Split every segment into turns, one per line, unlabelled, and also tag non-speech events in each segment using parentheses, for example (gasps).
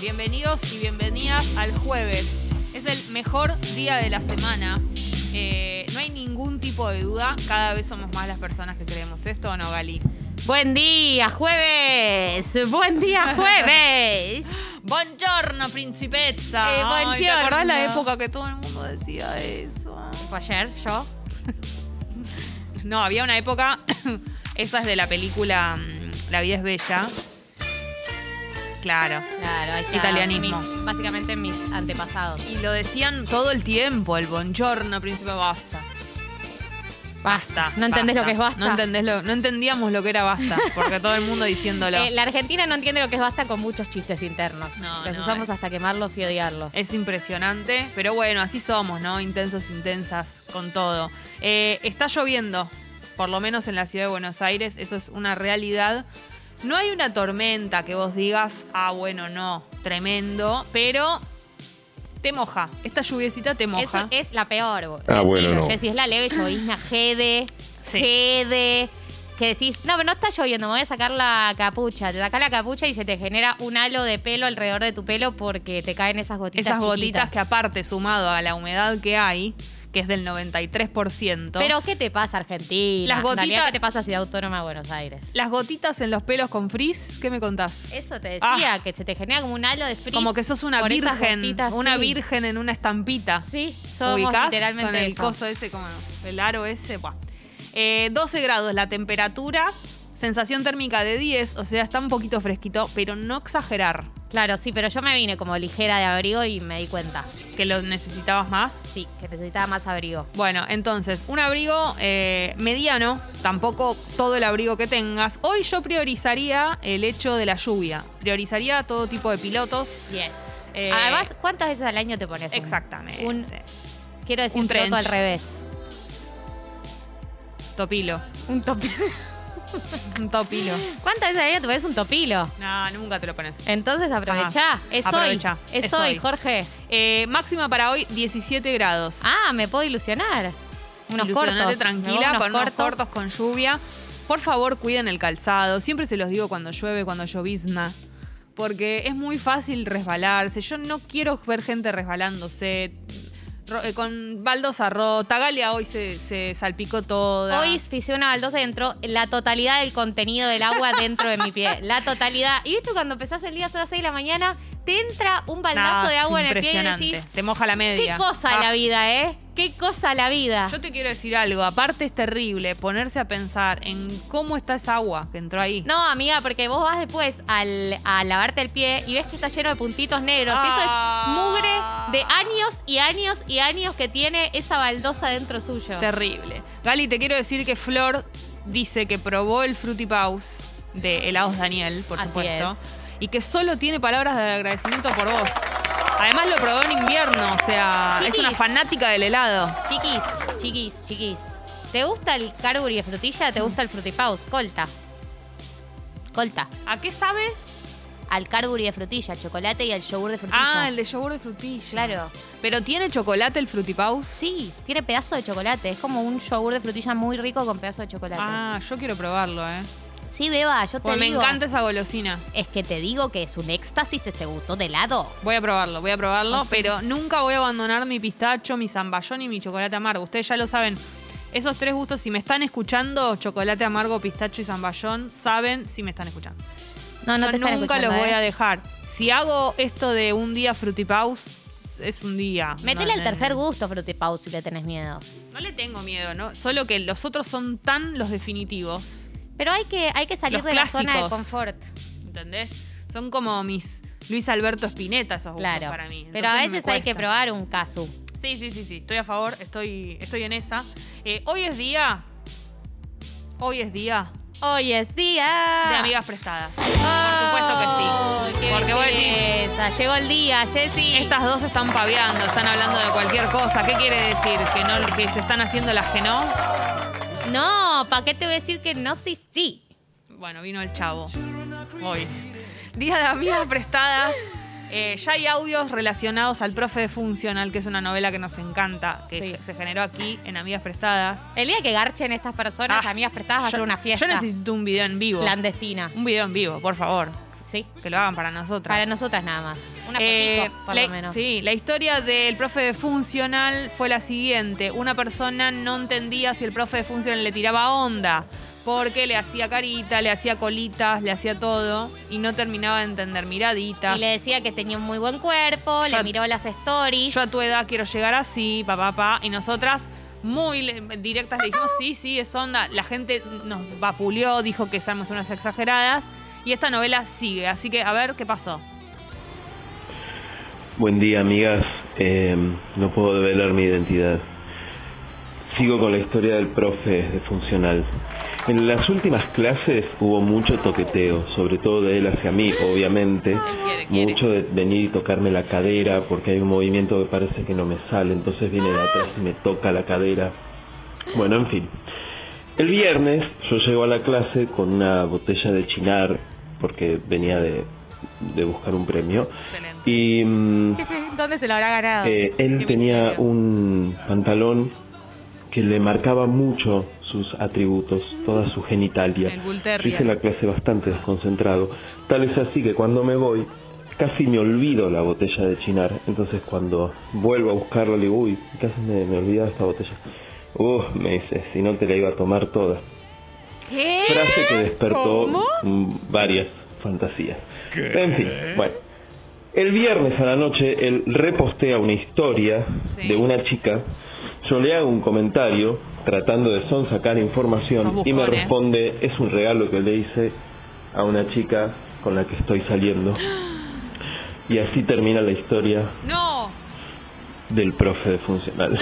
Bienvenidos y bienvenidas al jueves. Es el mejor día de la semana. Eh, no hay ningún tipo de duda. Cada vez somos más las personas que creemos esto, ¿o no, Gali?
Buen día, jueves. Buen día,
(laughs)
jueves.
Buongiorno, principessa.
Eh,
Ay, ¿Te
buongiorno.
acordás la época que todo el mundo decía eso?
Fue ayer, yo.
No, había una época, (coughs) esa es de la película mm, La vida es bella. Claro.
Claro, ahí está.
Italianismo.
Mi- básicamente mis antepasados.
Y lo decían todo el tiempo, el buongiorno, príncipe, basta. Basta.
¿No entendés lo que es basta?
No, entendés lo- no entendíamos lo que era basta, porque todo el mundo diciéndolo.
Eh, la Argentina no entiende lo que es basta con muchos chistes internos.
No,
Los
no,
usamos
eh.
hasta quemarlos y odiarlos.
Es impresionante, pero bueno, así somos, ¿no? Intensos, intensas, con todo. Eh, está lloviendo, por lo menos en la ciudad de Buenos Aires, eso es una realidad. No hay una tormenta que vos digas, ah, bueno, no, tremendo, pero te moja. Esta lluviecita te
Eso
moja.
es la peor. bo-
Ah,
en
bueno,
serio,
no.
Jessy, es la leve llovizna Gede.
Sí.
Gede. Que decís, no, pero no está lloviendo, me voy a sacar la capucha. Te sacás la capucha y se te genera un halo de pelo alrededor de tu pelo porque te caen esas gotitas.
Esas gotitas
chiquitas.
que aparte, sumado a la humedad que hay, que es del 93%,
Pero ¿qué te pasa, Argentina?
Las
En realidad,
gotitas-
¿Qué te pasa Ciudad Autónoma de Buenos Aires?
las gotitas en los pelos con frizz, ¿qué me contás?
Eso te decía, que se te genera como un halo de frizz.
Ah. Como que sos una
por esas
virgen,
gotitas,
una
sí.
virgen en una estampita.
Sí, somos
ubicás
literalmente
con el
eso.
coso ese, como el aro ese. buah. Eh, 12 grados la temperatura, sensación térmica de 10, o sea, está un poquito fresquito, pero no exagerar,
Claro, sí, pero yo me vine como ligera de abrigo y me di cuenta,
que lo necesitabas más.
sí, que necesitaba más abrigo.
Bueno, entonces, un abrigo eh, mediano, tampoco todo el abrigo que tengas. Hoy yo priorizaría el hecho de la lluvia, priorizaría todo tipo de pilotos.
Yes.
Eh,
Además, ¿cuántas veces al año te pones? un-
Exactamente.
Un, quiero decir,
un
un piloto
trench.
al revés.
Topilo,
Un topilo.
un topilo.
(laughs) ¿Cuántas veces al año te pones un topilo?
No, nunca te lo pones.
Entonces aprovechá.
Jamás.
Es
Aprovechá.
hoy. Es,
Es
hoy,
hoy.
Jorge.
Eh, máxima para hoy, 17 grados.
Ah, me puedo ilusionar. Unos
Ilusionate
cortos. Me voy a
tranquila,
unos
con unos cortos con lluvia. Por favor, cuiden el calzado. Siempre se los digo cuando llueve, cuando llovizna. Porque es muy fácil resbalarse. Yo no quiero ver gente resbalándose. Ro- eh, con baldosa rota. Galia hoy se, se salpicó toda.
Hoy pisé una baldosa y entró la totalidad del contenido del agua
(laughs)
dentro de mi pie. La totalidad. Y viste cuando empezás el día, son las 6 de la mañana, te entra un baldazo
Nah,
de
es
agua en el pie y
impresionante.
decís,
Te moja la
qué
media.
cosa
Ah.
la vida, ¿eh? Qué cosa la vida.
Yo te quiero decir algo, aparte es terrible ponerse a pensar en cómo está esa agua que entró ahí.
No, amiga, porque vos vas después al, a lavarte el pie y ves que está lleno de puntitos negros. Y eso es mugre de años y años y años que tiene esa baldosa dentro suyo.
Terrible. Gali, te quiero decir que Flor dice que probó el Fruity Paus de Helados Daniel, por
Así
supuesto.
es.
Y que solo tiene palabras de agradecimiento por vos. Además lo probó en invierno, o sea, es una
Chiquis.
fanática del helado.
Chiquis, chiquis, chiquis. ¿Te gusta el carburi de frutilla? ¿Te gusta el frutipaus? Colta. Colta.
¿A qué sabe?
Al carburi de frutilla, chocolate y al yogur de frutilla.
Ah, el de yogur de frutilla.
Claro.
¿Pero tiene chocolate el Fruity Paus?
Sí, tiene pedazo de chocolate. Es como un yogur de frutilla muy rico con pedazo de chocolate.
Ah, yo quiero probarlo, ¿eh?
Sí, beba, yo te
Porque me
digo.
encanta esa golosina.
Es que te digo que es un éxtasis este gusto de helado.
Voy a probarlo, voy a
Ah,
probarlo, pero nunca voy a abandonar mi pistacho, mi zamballón y mi chocolate amargo. Ustedes ya lo saben. Esos tres gustos, si me están escuchando, chocolate amargo, pistacho y zamballón, saben si me están escuchando.
No, no
Yo
te están
nunca
escuchando,
los voy
¿eh?
a dejar. Si hago esto de un día frutipaus, es un día.
Métele
No,
al
no,
tercer
no.
gusto frutipaus si le tenés miedo.
No le tengo miedo, ¿no? Solo que los otros son tan los definitivos.
Pero hay que, hay que salir
Los
de la zona de
clásicos.
confort.
¿Entendés? Son como mis Luis Alberto Spinetta esos gustos
Claro.
para mí.
Pero a
Entonces me
veces hay que
cuesta.
probar un casu.
Sí, sí, sí, sí. Estoy a favor, estoy, estoy en esa. Eh, hoy es día. Hoy es día
Hoy es día.
de amigas prestadas. Por supuesto que sí. Porque vos decís,
Llegó el día, Jessy.
estas dos están paveando, están hablando de cualquier cosa. ¿Qué quiere decir? ¿Que, no, que se están haciendo las que no?
No, ¿para qué te voy a decir que no? Sí, sí.
Bueno, vino el chavo. Hoy. Día de amigas prestadas. Eh, ya hay audios relacionados al profe de Funcional, que es una novela que nos encanta, que
Sí.
se generó aquí en Amigas Prestadas.
El día que garchen estas personas,
Ah,
amigas prestadas, va a
Yo-
ser una fiesta
Yo necesito un video en vivo.
clandestina.
Un video en vivo, por favor.
Sí.
Que lo hagan para nosotras.
Para nosotras nada más. Una
Eh,
fotito, por
la-
lo menos.
Sí, la historia del profe de funcional fue la siguiente. Una persona no entendía si el profe de funcional le tiraba onda, porque le hacía carita, le hacía colitas, le hacía todo, y no terminaba de entender miraditas.
Y le decía que tenía un muy buen cuerpo,
Yo-
le miró las stories.
Yo a tu edad quiero llegar así, papá, papá. Y nosotras, muy le- directas, le dijimos, sí, sí, es onda. La gente nos vapuleó, dijo que somos unas exageradas. Y esta novela sigue, así que a ver qué pasó.
Buen día, amigas. Eh, no puedo develar mi identidad. Sigo con la historia del profe de funcional. En las últimas clases hubo mucho toqueteo, sobre todo de él hacia mí, obviamente.
quiere, quiere.
Mucho de venir y tocarme la cadera, porque hay un movimiento que parece que no me sale, entonces viene de atrás y me toca la cadera. Bueno, en fin. El viernes yo llego a la clase con una botella de chinar, porque venía de, de buscar un premio.
Excelente.
Y mm,
¿Qué sé? ¿Dónde se lo habrá ganado?
eh,
Qué
él tenía
misterio.
un pantalón que le marcaba mucho sus atributos, toda su genitalia.
El Bull Terrier.
Yo hice la clase bastante desconcentrado. Tal es así que cuando me voy, casi me olvido la botella de chinar. Entonces cuando vuelvo a buscarla, le digo, uy, casi me, me olvidaba esta botella. Uf, me dice, si no te la iba a tomar toda.
¿Qué?
Frase que despertó
¿Cómo?
mm, varias fantasías. En fin, bueno. El viernes a la noche él repostea una historia
Sí.
de una chica. Yo le hago un comentario tratando de sonsacar
Sos
información
buscón,
y me
¿eh?
responde, es un regalo que le hice a una chica con la que estoy saliendo.
(gasps)
Y así termina la historia
No.
del profe de funcional.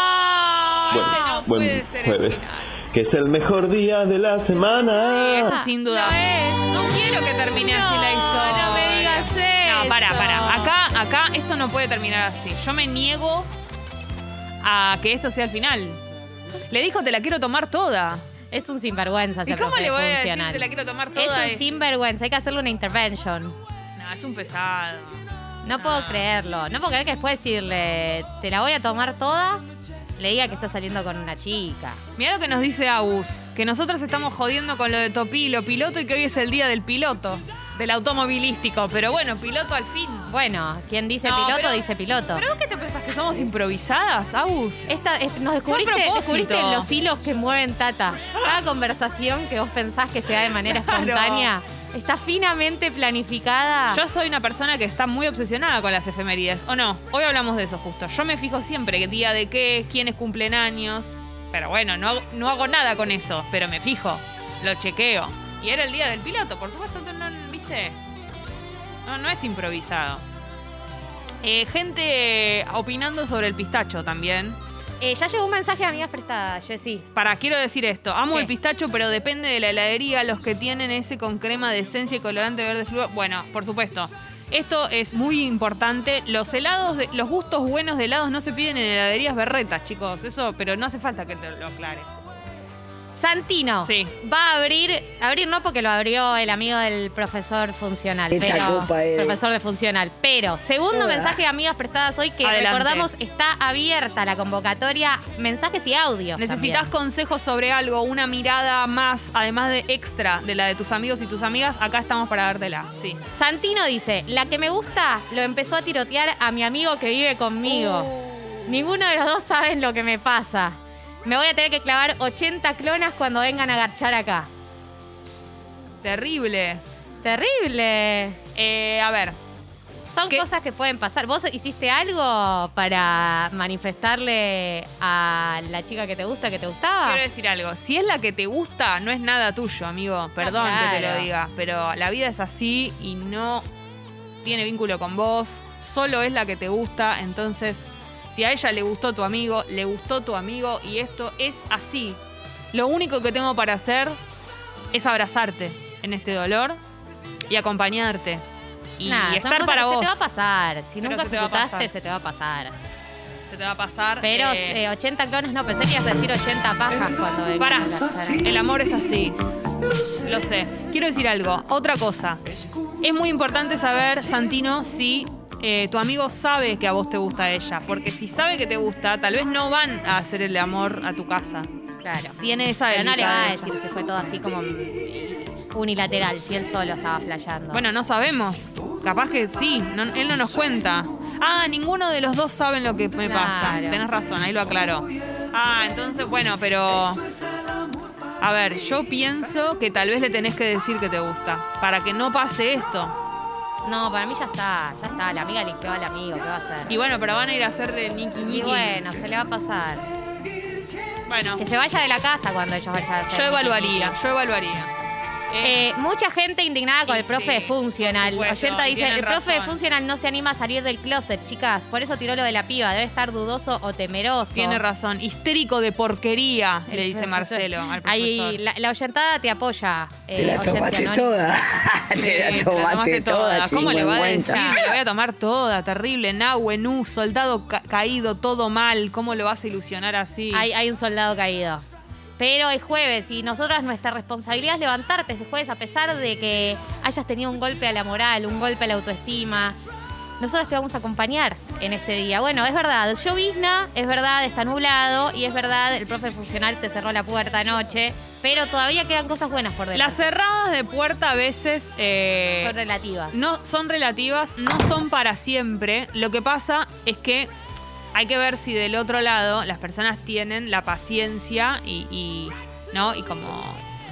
No.
Bueno,
este no
buen
puede ser
jueves.
el final.
Que es el mejor día de la semana.
Sí, eso sin duda.
No es.
No quiero que termine así la historia.
No me digas eso.
No, para, para. Acá, acá, esto no puede terminar así. Yo me niego a que esto sea el final. Le dijo, te la quiero tomar toda.
Es un sinvergüenza.
¿Y
ese
cómo
profe
le voy a decir,
funcional.
te la quiero tomar
Es
toda?
un
Eh,
sinvergüenza. Hay que hacerle una intervention.
No, es un pesado.
No puedo creerlo. No puedo creer que después decirle, te la voy a tomar toda, le diga que está saliendo con una chica.
Mira lo que nos dice Agus, que nosotros estamos jodiendo con lo de Topilo, piloto, y que hoy es el día del piloto, del automovilístico. Pero bueno, piloto al fin.
Bueno, quien dice
No,
piloto,
pero-
dice piloto.
¿Pero vos qué te pensás que somos improvisadas, Agus?
Esta, es- nos descubriste,
Fue a propósito.
descubriste los hilos que mueven Tata. Cada conversación que vos pensás que se da de manera
Claro.
espontánea está finamente planificada.
Yo soy una persona que está muy obsesionada con las efemérides, ¿o no? Hoy hablamos de eso justo. Yo me fijo siempre qué día de qué, quiénes cumplen años. Pero bueno, no hago, no hago nada con eso, pero me fijo, lo chequeo. Y era el día del piloto, por supuesto, tú no, ¿viste? No, no es improvisado. Eh, gente opinando sobre el pistacho también.
Eh, ya llegó un mensaje de amiga prestada, Jessy.
Para, quiero decir esto. Amo
¿Qué?
el pistacho, pero depende de la heladería. Los que tienen ese con crema de esencia y colorante verde fluo. Bueno, por supuesto. Esto es muy importante. Los helados, de- los gustos buenos de helados no se piden en heladerías berretas, chicos. Eso, pero no hace falta que te lo aclare.
Santino
Sí.
va a abrir, abrir no porque lo abrió el amigo del profesor funcional,
Esta
pero
copa es de-
profesor de funcional. Pero segundo
Toda.
mensaje de amigas prestadas hoy que
Adelante.
recordamos está abierta la convocatoria, mensajes y audio.
Necesitas consejos sobre algo, una mirada más, además de extra de la de tus amigos y tus amigas. Acá estamos para dártela. Sí.
Santino dice, la que me gusta lo empezó a tirotear a mi amigo que vive conmigo. Ninguno de los dos saben lo que me pasa. Me voy a tener que clavar 80 clonas cuando vengan a garchar acá.
Uh, Terrible.
Terrible.
Eh, a ver,
Son
¿Qué?
cosas que pueden pasar. ¿Vos hiciste algo para manifestarle a la chica que te gusta que te gustaba?
Quiero decir algo. Si es la que te gusta, no es nada tuyo, amigo. Perdón que te
claro.
lo diga. Pero la vida es así y no tiene vínculo con vos. Solo es la que te gusta. Entonces, si a ella le gustó tu amigo, le gustó tu amigo y esto es así. Lo único que tengo para hacer es abrazarte en este dolor y acompañarte. Y,
Nah,
y
son
estar
cosas
para
que
vos.
Se te va a pasar. Si
Pero
nunca
se te va a
ejecutaste,
pasar.
se te va a pasar.
Se te va a pasar.
Pero
eh,
eh, 80 clones no. Pensé que ibas a decir 80 pajas cuando vengan
Pará,
a garchar acá.
el amor es así. Lo sé. Quiero decir algo, otra cosa. Es muy importante saber, Santino, si eh, tu amigo sabe que a vos te gusta ella. Porque si sabe que te gusta, tal vez no van a hacer el amor a tu casa.
Claro.
Tiene esa
Pero no le va a
delicadeza.
decir si fue todo así como... eh, unilateral, si él solo estaba flasheando.
Bueno, no sabemos. Capaz que sí, no- él no nos cuenta. Ah, ninguno de los dos saben lo que me
Claro.
pasa. Tenés razón, ahí lo aclaró. Ah, entonces, bueno, pero. A ver, yo pienso que tal vez le tenés que decir que te gusta. Para que no pase esto.
No, para mí ya está, ya está. La amiga eligió al amigo, ¿qué va a hacer?
Y bueno, pero van a ir a hacer de Nicky
Y
Nicky.
bueno, se le va a pasar.
Bueno,
Que se vaya de la casa cuando ellos vayan a hacer.
yo evaluaría, yo evaluaría. Eh,
Eh, mucha gente indignada con
Y
el profe de
sí,
funcional.
por supuesto,
Oyenta dice,
tienen
el profe de
razón.
funcional no se anima a salir del closet, chicas. Por eso tiró lo de la piba. Debe estar dudoso o temeroso.
tiene razón. Histérico de porquería, le dice Marcelo al profesor.
Ahí, la, la oyentada te apoya. eh,
Te la
Oyentia,
tomaste
¿no?
toda.
Sí,
(laughs) Te la
la
tomaste toda,
¿Cómo le va a decir?
chingüengüenza.
Me la voy a tomar toda, terrible. Nahue, Nu, soldado ca- caído, todo mal. ¿Cómo lo vas a ilusionar así?
Hay, hay un soldado caído. Pero es jueves y nosotras nuestra responsabilidad es levantarte ese jueves a pesar de que hayas tenido un golpe a la moral, un golpe a la autoestima. Nosotros te vamos a acompañar en este día. Bueno, es verdad, llovizna, es verdad, está nublado y es verdad, el profe funcional te cerró la puerta anoche, pero todavía quedan cosas buenas por
Las
delante.
cerradas de puerta a veces eh,
Son relativas.
no son relativas, no son para siempre. Lo que pasa es que hay que ver si del otro lado las personas tienen la paciencia y, y, no y como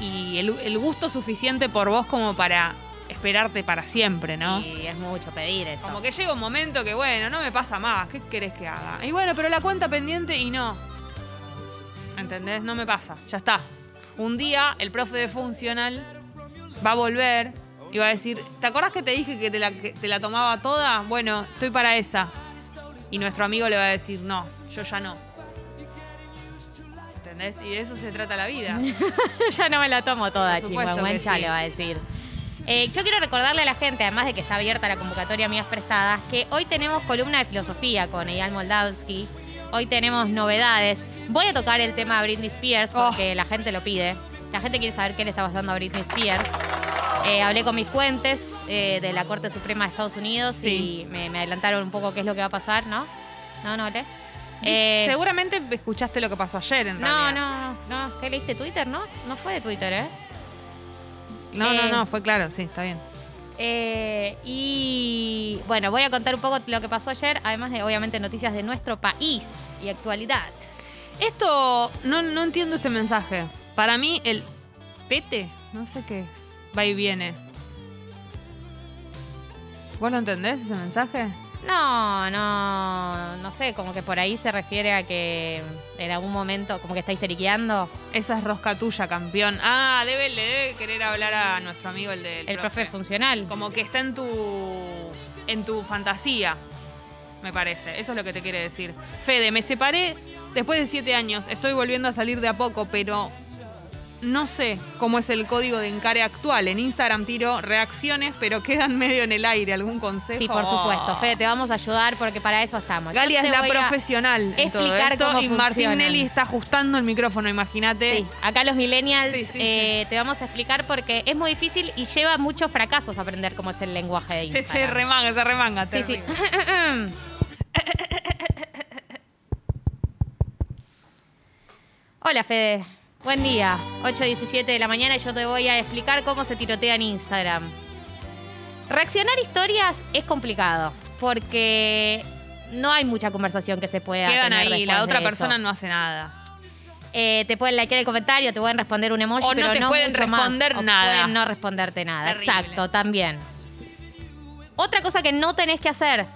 y el, el gusto suficiente por vos como para esperarte para siempre, ¿no?
Y es mucho pedir eso.
Como que llega un momento que, bueno, no me pasa más, ¿qué querés que haga? Y bueno, pero la cuenta pendiente y no. ¿Entendés? No me pasa, ya está. Un día el profe de funcional va a volver y va a decir, ¿te acordás que te dije que te la, que te la tomaba toda? Bueno, estoy para esa. Y nuestro amigo le va a decir, no, yo ya no. ¿Entendés? Y de eso se trata la
(laughs)
vida.
ya no me la tomo toda,
Por supuesto
chingüengüencha,
que sí.
le va a decir. Eh, yo quiero recordarle a la gente, además de que está abierta la convocatoria Amigas Prestadas, que hoy tenemos columna de filosofía con Eyal Moldavsky. Hoy tenemos novedades. Voy a tocar el tema de Britney Spears
Oh.
porque la gente lo pide. La gente quiere saber qué le está pasando a Britney Spears. Eh, hablé con mis fuentes eh, de la Corte Suprema de Estados Unidos
Sí.
y me, me adelantaron un poco qué es lo que va a pasar, ¿no? No, no, ¿le?
Seguramente escuchaste lo que pasó ayer en
Eh, no,
realidad.
no, no, no. ¿Qué leíste Twitter, no? No fue de Twitter, ¿eh?
No, no,
Eh,
no, fue claro, sí, está bien.
Eh, y bueno, voy a contar un poco lo que pasó ayer, además de obviamente noticias de nuestro país y actualidad.
Esto, no, no entiendo este mensaje. Para mí, el pete, no sé qué es. Va y viene. ¿Vos lo entendés ese mensaje?
No, no, no sé, como que por ahí se refiere a que en algún momento como que está histeriqueando
Esa es rosca tuya, campeón. Ah, debe, le debe querer hablar a nuestro amigo el del
el, profe funcional.
Como que está en tu. en tu fantasía. Me parece. Eso es lo que te quiere decir. Fede, me separé después de siete años. Estoy volviendo a salir de a poco, pero. No sé cómo es el código de encare actual. En Instagram tiro reacciones, pero quedan medio en el aire. ¿Algún consejo?
Sí, por supuesto, Fede, te vamos a ayudar porque para eso estamos. Yo
Oh. Galia
te
es la
voy a-
profesional en todo
explicar
esto
cómo
y
funcionan.
Martinelli está ajustando el micrófono, imagínate.
Sí, acá los millennials
Sí, sí,
eh, te vamos a explicar porque es muy difícil y lleva muchos fracasos aprender cómo es el lenguaje de
se,
Instagram.
se remanga, se remanga.
Sí, sí.
terrible.
(laughs) Hola, Fede. Buen día. 8.17 de la mañana y yo te voy a explicar cómo se tirotea en Instagram. Reaccionar historias es complicado porque no hay mucha conversación que se pueda
Quedan
tener
ahí,
después
la otra
de eso.
persona no hace nada.
Eh, te pueden likear el comentario, te pueden responder un emoji,
O no
pero
te
no
pueden
mucho más.
responder
O
nada.
pueden no responderte nada.
Terrible.
Exacto, también. Otra cosa que no tenés que hacer,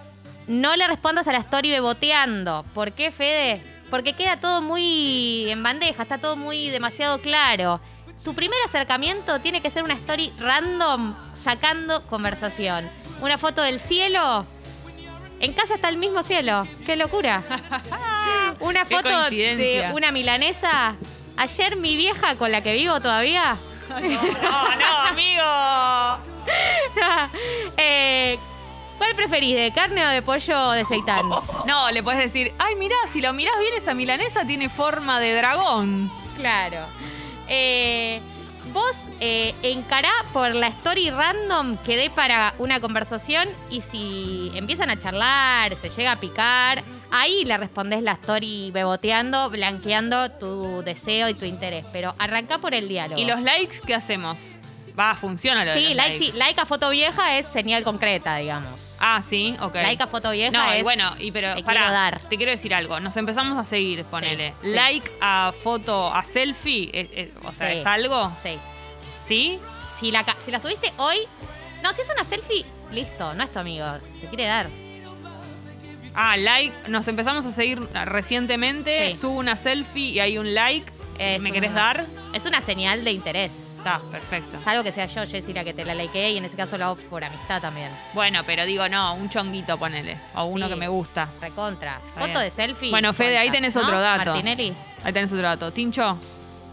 no le respondas a la story beboteando. ¿Por qué, Fede? Porque queda todo muy en bandeja, está todo muy demasiado claro. Tu primer acercamiento tiene que ser una story random, sacando conversación. Una foto del cielo. En casa está el mismo cielo. ¡Qué locura! Ah, Una
Qué
foto de
coincidencia.
una milanesa. Ayer mi vieja con la que vivo todavía Oh,
No, no, amigo.
Eh, ¿Cuál preferís, de carne o de pollo o de seitán?
No, le puedes decir, ay, mirá, si lo mirás bien, esa milanesa tiene forma de dragón.
Claro. Eh, vos eh, encará por la story random que dé para una conversación y si empiezan a charlar, se llega a picar, ahí le respondés la story beboteando, blanqueando tu deseo y tu interés. Pero arrancá por el diálogo.
¿Y los likes qué hacemos? Va, funciona lo de
Sí,
los
like,
likes.
sí, like a foto vieja es señal concreta, digamos.
Ah, sí, ok.
Like a foto vieja
No, y
es,
bueno, y pero
te
pará,
quiero dar.
te quiero decir algo. Nos empezamos a seguir, ponele.
sí.
Like a foto, a selfie, eh, eh, o sea,
Sí.
¿es algo?
Sí.
¿Sí?
Si la, ca- si la subiste hoy. No, si es una selfie, listo, no es tu amigo. Te quiere dar.
Ah, like, nos empezamos a seguir recientemente,
Sí.
subo una selfie y hay un like.
Es
¿Me
una-
querés dar?
Es una señal de interés.
Está, perfecto.
Salvo que sea yo, Jessy, la que te la likeé y en ese caso lo hago por amistad también.
Bueno, pero digo, no, un chonguito ponele, o uno
Sí.
que me gusta.
Recontra. Foto
bien.
de selfie.
Bueno, Fede, ahí
contra,
tenés
¿no?
otro dato.
Martinelli.
Ahí tenés otro dato. Tincho,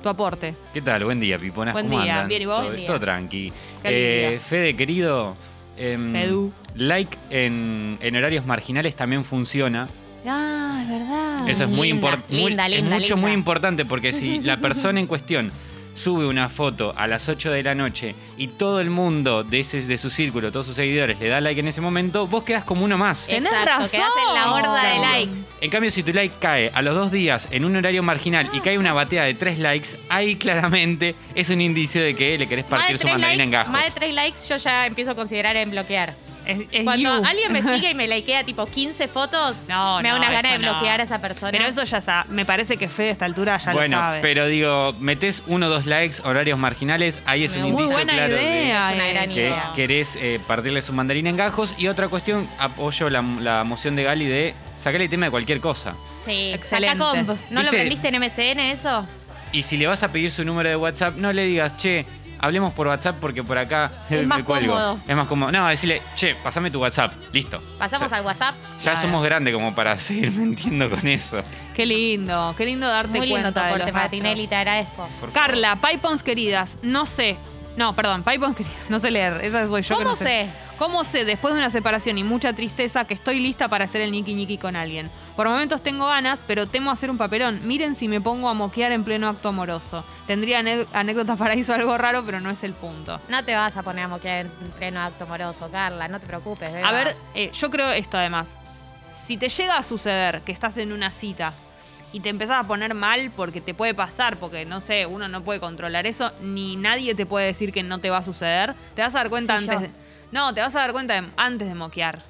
tu aporte.
¿Qué tal? Buen día, Piponas.
Buen
¿Cómo
día.
andan?
Bien, ¿y vos?
Todo,
Buen
todo
día.
tranqui.
Qué
Eh,
alegría.
Fede, querido. em,
Edu.
Like en, en horarios marginales también funciona.
Ah, es verdad.
Eso es muy
Linda,
importante.
Linda,
Es
linda,
mucho,
linda.
muy importante porque si
(laughs)
la persona en cuestión sube una foto a las 8 de la noche y todo el mundo de, ese, de su círculo, todos sus seguidores, le da like en ese momento, vos quedás como uno más.
Tenés
Exacto, quedás en la
razón.
horda de likes.
En cambio, si tu like cae a los dos días en un horario marginal y cae una batea de tres likes, ahí claramente es un indicio de que le querés partir su
tres
mandarina en
likes,
gajos.
más de tres likes, yo ya empiezo a considerar en bloquear.
Es, es
Cuando
you. (laughs)
alguien me sigue y me likea tipo 15 fotos,
No,
me
no,
da unas ganas de
eso no.
bloquear a esa persona.
Pero eso ya sabe. Me parece que Fede a esta altura ya
bueno,
lo sabe.
pero digo, metés uno o dos likes, horarios marginales, ahí es
Me
un
gusta.
Muy
indicio
buena
claro de-
idea.
Es una gran
esa.
que
idea. eh.
querés eh, partirle su mandarina en gajos. Y otra cuestión, apoyo la, la moción de Gali de sacarle el tema de cualquier cosa.
sí,
Excelente.
saca comp. ¿No lo
¿Viste?
aprendiste en MSN eso?
Y si le vas a pedir su número de WhatsApp, no le digas, che, hablemos por WhatsApp porque por acá
Es
eh,
más
(laughs) me cuelgo.
cómodo.
Es más cómodo. No, decirle, che, pasame tu WhatsApp. Listo.
Pasamos
ya,
al WhatsApp.
Ya somos grandes como para seguir (laughs) mintiendo con eso.
Qué lindo, qué lindo darte
Muy lindo tu
cuenta de
aporte,
los
Martinelli,
astros.
te agradezco.
Por favor.
Carla, Pipons queridas, no sé. No, perdón, Pipons queridas, no sé leer. Esa soy yo que
¿Cómo
no sé.
sé?
¿Cómo sé, después de una separación y mucha tristeza, que estoy lista para hacer el niki niki con alguien? Por momentos tengo ganas, pero temo hacer un papelón. Miren si me pongo a moquear en pleno acto amoroso. Tendría ane- anécdotas para eso algo raro, pero no es el punto.
No te vas a poner a moquear en pleno acto amoroso, Carla, no te preocupes. beba.
A ver, eh, yo creo esto además. Si te llega a suceder que estás en una cita y te empezás a poner mal porque te puede pasar, porque no sé, uno no puede controlar eso, ni nadie te puede decir que no te va a suceder, te vas a dar cuenta
Sí,
antes
yo.
de- No, te vas a dar cuenta de- antes de moquear.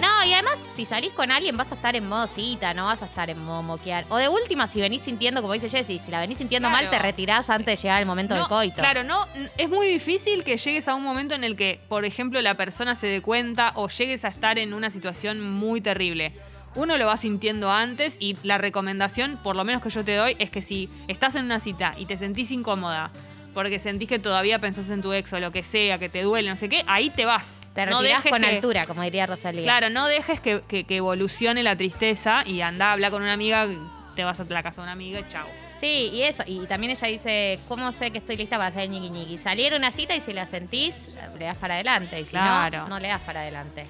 No, y además, si salís con alguien, vas a estar en modo cita, no vas a estar en modo moquear. O de última, si venís sintiendo, como dice Jessy, si la venís sintiendo
Claro.
mal, te retirás antes de llegar el momento
No,
del coito.
Claro, no, n- es muy difícil que llegues a un momento en el que, por ejemplo, la persona se dé cuenta o llegues a estar en una situación muy terrible. Uno lo va sintiendo antes y la recomendación, por lo menos que yo te doy, es que si estás en una cita y te sentís incómoda, porque sentís que todavía pensás en tu ex o lo que sea, que te duele, no sé qué, ahí te vas.
Te
no
retirás
dejes
con
que-
altura, como diría Rosalía.
Claro, no dejes que, que- que evolucione la tristeza y anda, habla con una amiga, te vas a la casa de una amiga, chao.
Sí, y eso. Y también ella dice, ¿cómo sé que estoy lista para hacer el ñiqui ñiqui? Salir a una cita y si la sentís, le das para adelante. Y si
Claro.
no, no le das para adelante.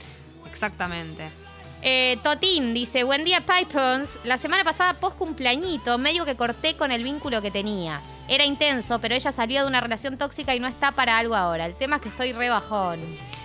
Exactamente.
Eh, Totín dice, buen día Pythons. La semana pasada, post cumpleañito, medio que corté con el vínculo que tenía. Era intenso, pero ella salió de una relación tóxica y no está para algo ahora. El tema es que estoy rebajón.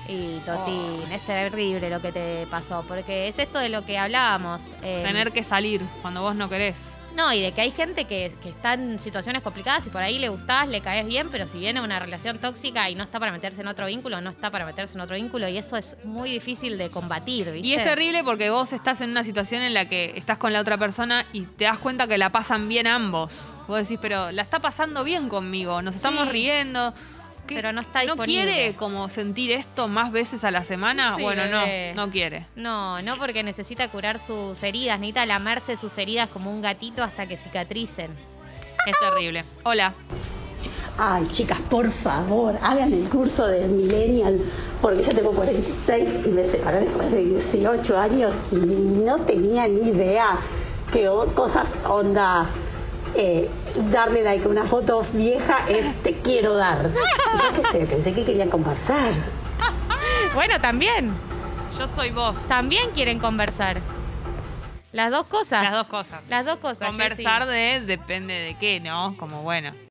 Y Totín,
Oh.
es terrible lo que te pasó, porque es esto de lo que hablábamos. eh,
Tener que salir cuando vos no querés.
No, y de que hay gente que, que está en situaciones complicadas y por ahí le gustás, le caes bien, pero si viene una relación tóxica y no está para meterse en otro vínculo, no está para meterse en otro vínculo y eso es muy difícil de combatir, ¿viste?
Y es terrible porque vos estás en una situación en la que estás con la otra persona y te das cuenta que la pasan bien ambos. Vos decís, pero la está pasando bien conmigo, nos estamos
Sí.
riendo. ¿Qué-
Pero no está disponible.
quiere como sentir esto más veces a la semana?
Sí,
bueno,
bebé.
no, no quiere.
No, no porque necesita curar sus heridas, necesita lamerse sus heridas como un gatito hasta que cicatricen.
Es terrible. Hola.
Ay, chicas, por favor, hagan el curso de Millennial, porque yo tengo 46 y me separé después de 18 años y no tenía ni idea que o- cosas onda. eh, darle like a una foto vieja es te quiero dar. Y yo qué sé, pensé que querían conversar.
Bueno, también.
Yo soy vos.
También quieren conversar. Las dos cosas.
Las dos cosas.
Las dos cosas.
Conversar
Jessy.
de depende de qué, ¿no? Como bueno.